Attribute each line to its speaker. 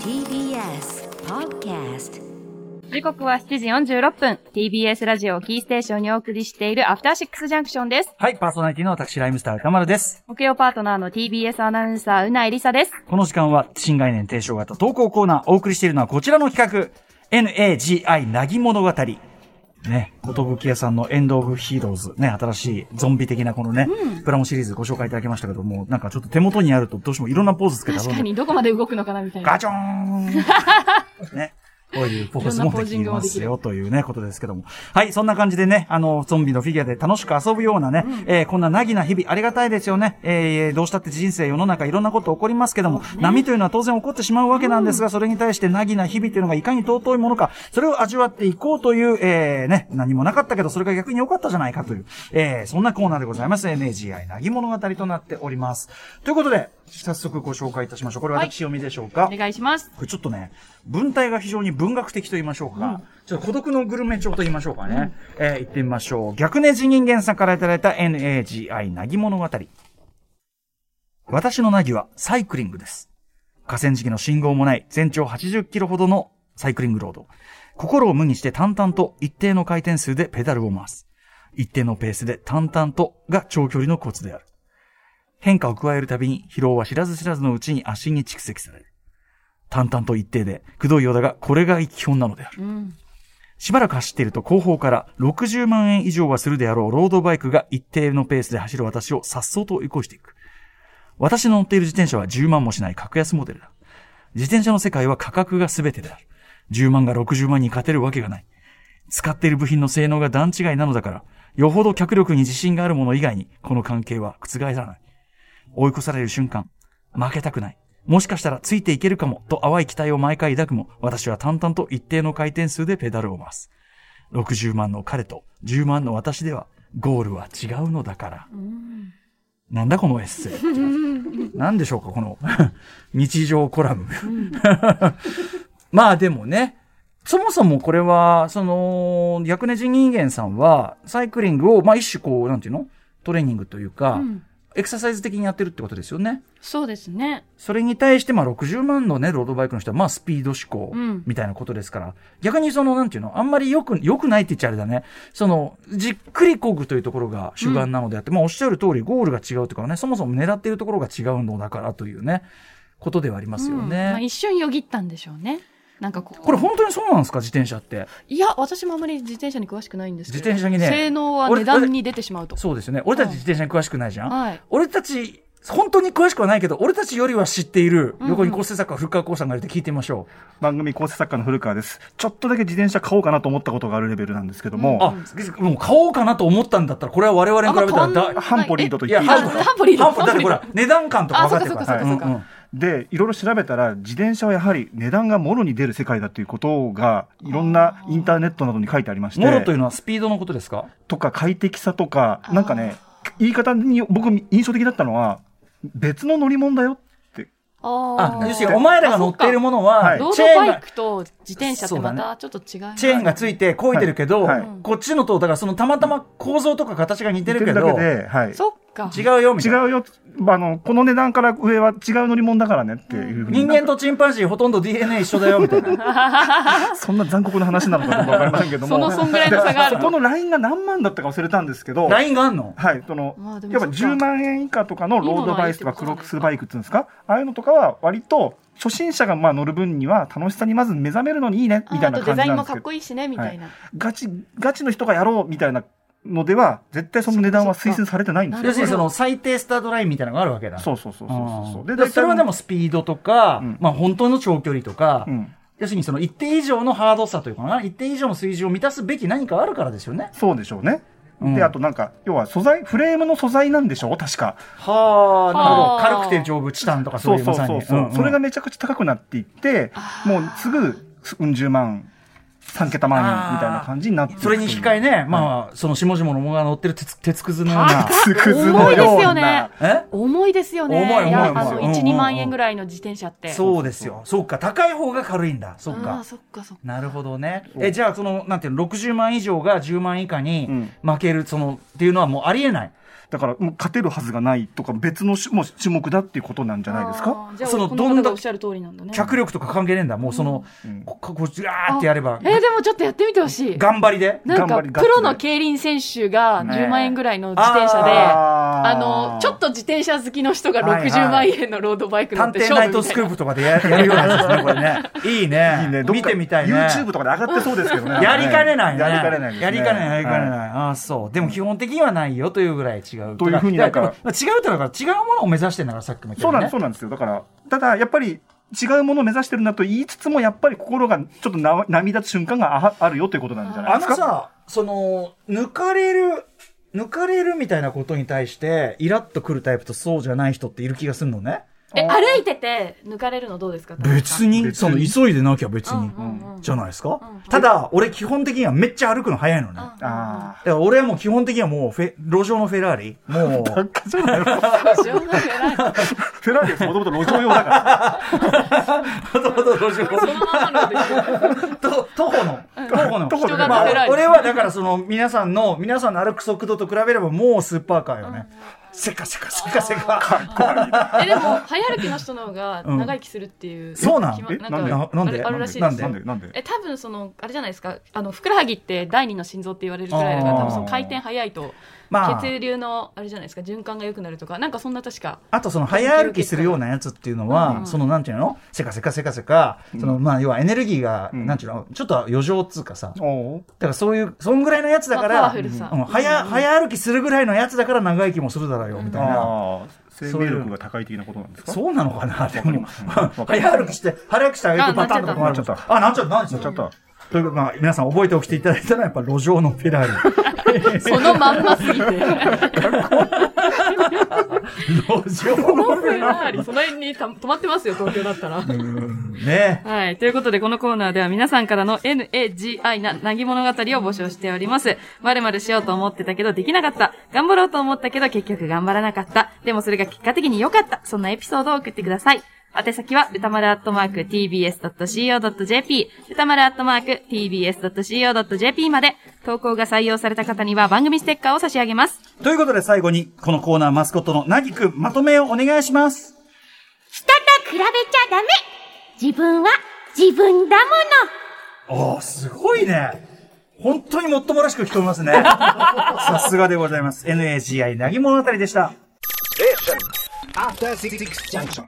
Speaker 1: TBS Podcast
Speaker 2: 時刻は7時46分、TBS ラジオをキーステーションにお送りしているアフターシックスジャンクションです。
Speaker 3: はい、パーソナリティの私、ライムスター歌丸です。
Speaker 2: 木曜パートナーの TBS アナウンサー、うないりさです。
Speaker 3: この時間は、新概念提唱型投稿コーナー、お送りしているのはこちらの企画、NAGI なぎ物語。ね、ことぶき屋さんのエンド・オブ・ヒーローズ、ね、新しいゾンビ的なこのね、プラモシリーズご紹介いただきましたけども、なんかちょっと手元にあるとどうしてもいろんなポーズつけた
Speaker 2: 確かに、どこまで動くのかなみたいな。
Speaker 3: ガチョーンね。こういうポーズもできますよというね、ことですけども。はい、そんな感じでね、あの、ゾンビのフィギュアで楽しく遊ぶようなね、えーこんななぎな日々ありがたいですよね。えーどうしたって人生、世の中いろんなこと起こりますけども、波というのは当然起こってしまうわけなんですが、それに対してなぎな日々というのがいかに尊いものか、それを味わっていこうという、えーね、何もなかったけど、それが逆に良かったじゃないかという、えーそんなコーナーでございます。NAGI なぎ物語となっております。ということで、早速ご紹介いたしましょう。これ私読みでしょうか。
Speaker 2: お願いします。
Speaker 3: これちょっとね、文体が非常に文学的と言いましょうか、ちょっと孤独のグルメ帳と言いましょうかね。えー行ってみましょう。逆ネジ人間さんからいただいた NAGI なぎ物語。私のなぎはサイクリングです。河川敷の信号もない全長80キロほどのサイクリングロード。心を無にして淡々と一定の回転数でペダルを回す。一定のペースで淡々とが長距離のコツである。変化を加えるたびに疲労は知らず知らずのうちに足に蓄積される。淡々と一定で、くどいようだが、これが基本なのである。
Speaker 2: うん。
Speaker 3: しばらく走っていると後方から60万円以上はするであろうロードバイクが一定のペースで走る私を颯爽と追い越していく。私の乗っている自転車は10万もしない格安モデルだ。自転車の世界は価格が全てである。10万が60万に勝てるわけがない。使っている部品の性能が段違いなのだから、よほど脚力に自信があるもの以外に、この関係は覆らない。追い越される瞬間、負けたくない。もしかしたらついていけるかも、と淡い期待を毎回抱くも、私は淡々と一定の回転数でペダルを回す。60万の彼と10万の私では、ゴールは違うのだから。なんだこのエッセイ。なんでしょうか、この 日常コラム。 まあでもね、そもそもこれは、その、薬ネジ人間さんは、サイクリングを、まあ一種こう、なんていうのトレーニングというか、
Speaker 2: うん
Speaker 3: エクササイズ的にやってるってことですよね。
Speaker 2: そうですね。
Speaker 3: それに対して、まあ、60万のね、ロードバイクの人は、まあ、スピード志向
Speaker 2: うん、
Speaker 3: みたいなことですから、逆にその、なんていうの、あんまりよく、良くないって言っちゃあれだね。その、じっくりこぐというところが主眼なのであって、まあ、おっしゃる通り、ゴールが違うというかね、そもそも狙っているところが違うのだからというね、ことではありますよ
Speaker 2: うんまあ、
Speaker 3: ね。
Speaker 2: 一瞬よぎったんでしょうね。なんかこう。
Speaker 3: これ本当にそうなんですか、自転車って。
Speaker 2: いや、私もあまり自転車に詳しくないんですけど。
Speaker 3: 自転車にね
Speaker 2: 性能は値段に出てしまうと。
Speaker 3: そうですよね。俺たち
Speaker 2: はい
Speaker 3: 自転車に詳しくないじゃん。
Speaker 2: はい
Speaker 3: 俺たち、本当に詳しくはないけど、俺たちよりは知っている、
Speaker 2: ん
Speaker 3: 横に構成作家、古川光さんがいるって聞いてみましょ
Speaker 4: 番組構成作家の古川です。ちょっとだけ自転車買おうかなと思ったことがあるレベルなんですけど
Speaker 3: う。あ
Speaker 4: も、、
Speaker 3: もう買おうかなと思ったんだったら、これは我々に比べた
Speaker 2: あ
Speaker 3: ら
Speaker 2: んま変わん
Speaker 3: だ
Speaker 2: ない、
Speaker 4: 半歩リードと
Speaker 3: い
Speaker 4: 言っ
Speaker 3: や、
Speaker 4: てい
Speaker 3: ハ
Speaker 4: い
Speaker 3: ンプ
Speaker 2: ハンプリード
Speaker 3: ハンプだってほら、値段感とか分かってるか
Speaker 2: あそっ
Speaker 3: ら。
Speaker 2: かそっかそっかそっか
Speaker 3: はい
Speaker 4: で、いろいろ調べたら、自転車はやはり値段がもろに出る世界だということが、いろんなインターネットなどに書いてありまし
Speaker 3: モロという
Speaker 4: て、
Speaker 3: のはスピードのことですか
Speaker 4: とか快適さとか、なんかね、言い方に僕印象的だったのは、別の乗り物だよって。
Speaker 2: あ
Speaker 3: あ、
Speaker 2: あ。
Speaker 3: 要するにお前らが乗っているものは
Speaker 4: あ、
Speaker 2: ロー
Speaker 3: チ
Speaker 2: ド
Speaker 3: ェーン
Speaker 2: バイ
Speaker 3: が、
Speaker 2: クと自転車ってまたちょっと違います
Speaker 3: チェーンがついてこいてるけど、
Speaker 4: はい
Speaker 2: はい
Speaker 3: こっちのと、だからそのたまたま構造とか形が似て
Speaker 4: 言っ
Speaker 3: る
Speaker 4: て
Speaker 3: け
Speaker 4: るだ
Speaker 3: ど、
Speaker 4: けで、はい。
Speaker 2: そっか。
Speaker 3: 違うよ、みた
Speaker 4: 違
Speaker 3: いな。
Speaker 4: うよ、まああの、この値段から上は違う乗り物だからねっていうふうに。
Speaker 3: 人間とチンパンジーほとんど DNA 一緒だよ、みたいな。
Speaker 4: そんな残酷な話なのかどうかわかりませんけども。
Speaker 2: そのそんぐらいの差があ る
Speaker 4: そこのラインが何万だったか忘れたんですけど、
Speaker 3: ラインがあんの
Speaker 4: はい、その、
Speaker 2: まあでも
Speaker 4: やっぱ
Speaker 2: そっか
Speaker 4: 10万円以下とかのロードバ
Speaker 2: いいも
Speaker 4: イクと
Speaker 2: のはいいってことだ
Speaker 4: かクロックスバイクっていうんですか、ああいうのとかは割と初心者がまあ乗る分には楽しさにまず目覚めるのにいいね、みたい
Speaker 2: あ
Speaker 4: な
Speaker 2: あとデ
Speaker 4: 感
Speaker 2: ザ
Speaker 4: じ
Speaker 2: イン
Speaker 4: なん
Speaker 2: も
Speaker 4: です
Speaker 2: か
Speaker 4: け
Speaker 2: っ
Speaker 4: ど、
Speaker 2: こいいしね、みたいな。
Speaker 4: ガチ、ガチの人がやろうみたいなのでは、絶対その値段は推薦されてないんです
Speaker 2: なる
Speaker 3: 要
Speaker 4: よ。
Speaker 3: するにその最低スタートラインみたいなのがあるわけだ。
Speaker 4: そうそうそうそうそう。
Speaker 3: で、だからそれはでも、スピードとか、
Speaker 4: うん
Speaker 3: まあ本当の長距離とか、
Speaker 4: うん。
Speaker 3: 要するにその一定以上のハードさというかな、一定以上の水準を満たすべき何かあるからですよね。
Speaker 4: そうでしょうね。
Speaker 3: うん
Speaker 4: で、あとなんか、要は素材、フレームの素材なんでしょう確か。
Speaker 3: はあ、な
Speaker 2: はあ
Speaker 3: るほど。軽くて丈夫、チタンとかそ
Speaker 4: そうう
Speaker 3: いう
Speaker 4: そ
Speaker 3: ま
Speaker 4: う
Speaker 3: さ
Speaker 4: そう
Speaker 3: に。
Speaker 4: そう、
Speaker 3: うんうん
Speaker 4: それがめちゃくちゃ高くなっていってもうすぐうん十万3桁万円みたいな感じになっていく
Speaker 3: それに引き換えね、まあ、その下々の桃が乗ってる鉄鉄くずのような。
Speaker 4: つくず
Speaker 2: 重
Speaker 4: の
Speaker 2: いです
Speaker 4: よう
Speaker 2: よね
Speaker 4: な。
Speaker 3: え
Speaker 2: 重いですよね。
Speaker 3: 重い重い
Speaker 2: や
Speaker 3: 重い
Speaker 2: あの、
Speaker 3: うんうん
Speaker 2: 1、2万円ぐらいの自転車って。う
Speaker 3: そうですよ。そうか。高い方が軽いんだ。そう
Speaker 2: ああ、
Speaker 3: か。
Speaker 2: そっかそっか。
Speaker 3: なるほどね。え、じゃあ、その、なんていうの、60万以上が10万以下
Speaker 4: う
Speaker 3: に
Speaker 4: ん
Speaker 3: 負ける、その、っていうのはもうありえない。
Speaker 4: だから、もう勝てるはずがないとか、別の種もう種目だっていうことなんじゃないですか
Speaker 5: あーじゃあ、
Speaker 3: その
Speaker 5: この
Speaker 3: どん
Speaker 5: 方
Speaker 3: だ
Speaker 5: がおっしゃる通りなんだね。
Speaker 3: 脚力とか関係ねえんだ。もうその、
Speaker 4: うん
Speaker 3: こここう、ずらーってやれば
Speaker 5: え、ーでもちょっとやってみてほしい。
Speaker 3: 頑張りで。
Speaker 5: なん
Speaker 4: 頑張
Speaker 5: か、
Speaker 4: り
Speaker 5: プ
Speaker 4: ガッツで
Speaker 5: ロの競輪選手が
Speaker 3: ね
Speaker 5: 10万円ぐらいの自転車で、
Speaker 4: あー
Speaker 5: あの、ちょっと自転車好きの人が60
Speaker 3: は
Speaker 5: 万
Speaker 3: い
Speaker 5: 円のロードバイク乗
Speaker 3: 探
Speaker 5: って
Speaker 3: 偵
Speaker 5: 勝
Speaker 3: ナイ
Speaker 5: 負
Speaker 3: ト
Speaker 5: みた
Speaker 3: ス
Speaker 5: い
Speaker 3: ク
Speaker 5: な。
Speaker 3: ープとかでややるようなやつですね、これ ね。いいね。
Speaker 4: いいね、どっ
Speaker 3: 見
Speaker 4: か
Speaker 3: てみたいね。
Speaker 4: YouTube とかで上がってそうですけどね。
Speaker 3: やりかねないね。
Speaker 4: やりかねないですね。
Speaker 3: やりかねない、やりかねない
Speaker 4: は。
Speaker 3: ああ、そう。でも基本的にはないよというぐらい違う。
Speaker 4: というふうになんか
Speaker 3: だら違うってだから違うものを目指してんだから、さっきも言った
Speaker 4: そう
Speaker 3: よ
Speaker 4: な
Speaker 3: うんに
Speaker 4: です、そうなんですよ。だから、ただ、やっぱり、違うものを目指してるんだと言いつつも、やっぱり心がちょっとな涙つ瞬間がああるよということなんじゃない
Speaker 3: あ
Speaker 4: ですか。
Speaker 3: のさ、その、抜かれる、抜かれるみたいなことに対して、イラッとくるタイプとそうじゃない人っている気がするのね。
Speaker 5: え、歩いてて抜かれるのどうですか
Speaker 3: 別に、
Speaker 4: 別
Speaker 3: その、
Speaker 4: に
Speaker 3: 急いでなきゃ別
Speaker 5: うん
Speaker 3: に。
Speaker 5: うんうん。
Speaker 3: じゃないですか、ただ、俺基本的にはめっちゃ歩くの早いのね。だか
Speaker 4: あ
Speaker 3: ら俺はもう基本的にはもうフェ、路上のフェラーリ。もう、
Speaker 5: あ、しょうがない。
Speaker 4: あ。 フェラーリはもともと路上用だから。
Speaker 3: ほとんど路上
Speaker 5: そのままので
Speaker 3: と徒歩の、徒歩の。
Speaker 4: 徒歩の
Speaker 5: 人が乗せられる
Speaker 3: 俺はだからその皆さんの、皆さんの歩く速度と比べればもうスーパーカーよね。せかせかせかせか。
Speaker 5: え、でも、早歩きの人の方が長生きするっていう。
Speaker 3: そうなん
Speaker 5: 決ま
Speaker 4: え
Speaker 5: な
Speaker 4: なんで
Speaker 5: んか、
Speaker 3: なんで
Speaker 5: あるらしい
Speaker 3: な
Speaker 5: です
Speaker 3: んで
Speaker 4: なんで、なんで。
Speaker 5: え、多分その、あれじゃないですか、あの、ふくらはぎって第二の心臓って言われるぐらいだか
Speaker 3: あ
Speaker 5: ら、
Speaker 3: ー
Speaker 5: 多分その回転早いと、
Speaker 3: まあ
Speaker 5: 血、流の、あれじゃないですか、循環が良くなるとか、なんかそんな確 か。
Speaker 3: あとその早歩きするようなやつっていうのは、そのなんていうのせかせかせかせか、そのまあ要はエネルギーが、
Speaker 4: うん
Speaker 3: なんていうのちょっと余剰っつうかさ。だ
Speaker 4: おう
Speaker 3: からそういう、そんぐらいのやつだか
Speaker 5: まあパ
Speaker 3: ら、
Speaker 5: ワフルさ
Speaker 3: うん早、早歩きするぐらいのやつだから長生きもするだろうよ、みたいな。
Speaker 4: ああ、生命力が高い的なことなんですか
Speaker 3: そうなのかなでも、
Speaker 4: うん
Speaker 3: 早歩きして、早歩きしたらよくパターンとかもある
Speaker 4: あなっちゃっ。た
Speaker 3: あ、なっちゃった、なっちゃ
Speaker 4: ちょっ
Speaker 3: った。
Speaker 4: と。
Speaker 3: ということで、まあ、皆さん覚えておきていただいたら、やっぱ路上のフェラー
Speaker 5: そのまんますぎて。 フ
Speaker 3: リ。路上の
Speaker 5: ェラーリその辺にた止まってますよ、東京だった ら。
Speaker 3: ね
Speaker 5: はい。ということで、このコーナーでは皆さんからの NAGI な、なぎ物語を募集しております。まるまるしようと思ってたけどできなかった。頑張ろうと思ったけど結局頑張らなかった。でもそれが結果的に良かった。そんなエピソードを送ってください。宛先は、歌丸アットマーク tbs.co.jp、歌丸アットマーク tbs.co.jp まで、投稿が採用された方には番組ステッカーを差し上げます。
Speaker 3: ということで、最後に、このコーナーマスコットのなぎくん、まとめをお願いします。
Speaker 1: 人と比べちゃダメ自分は自分だもの
Speaker 3: ああ、すごいね。本当にもっともらしく聞こえます ね。さすがでございます。NAGI なぎ物語でした。
Speaker 6: After Six Junction.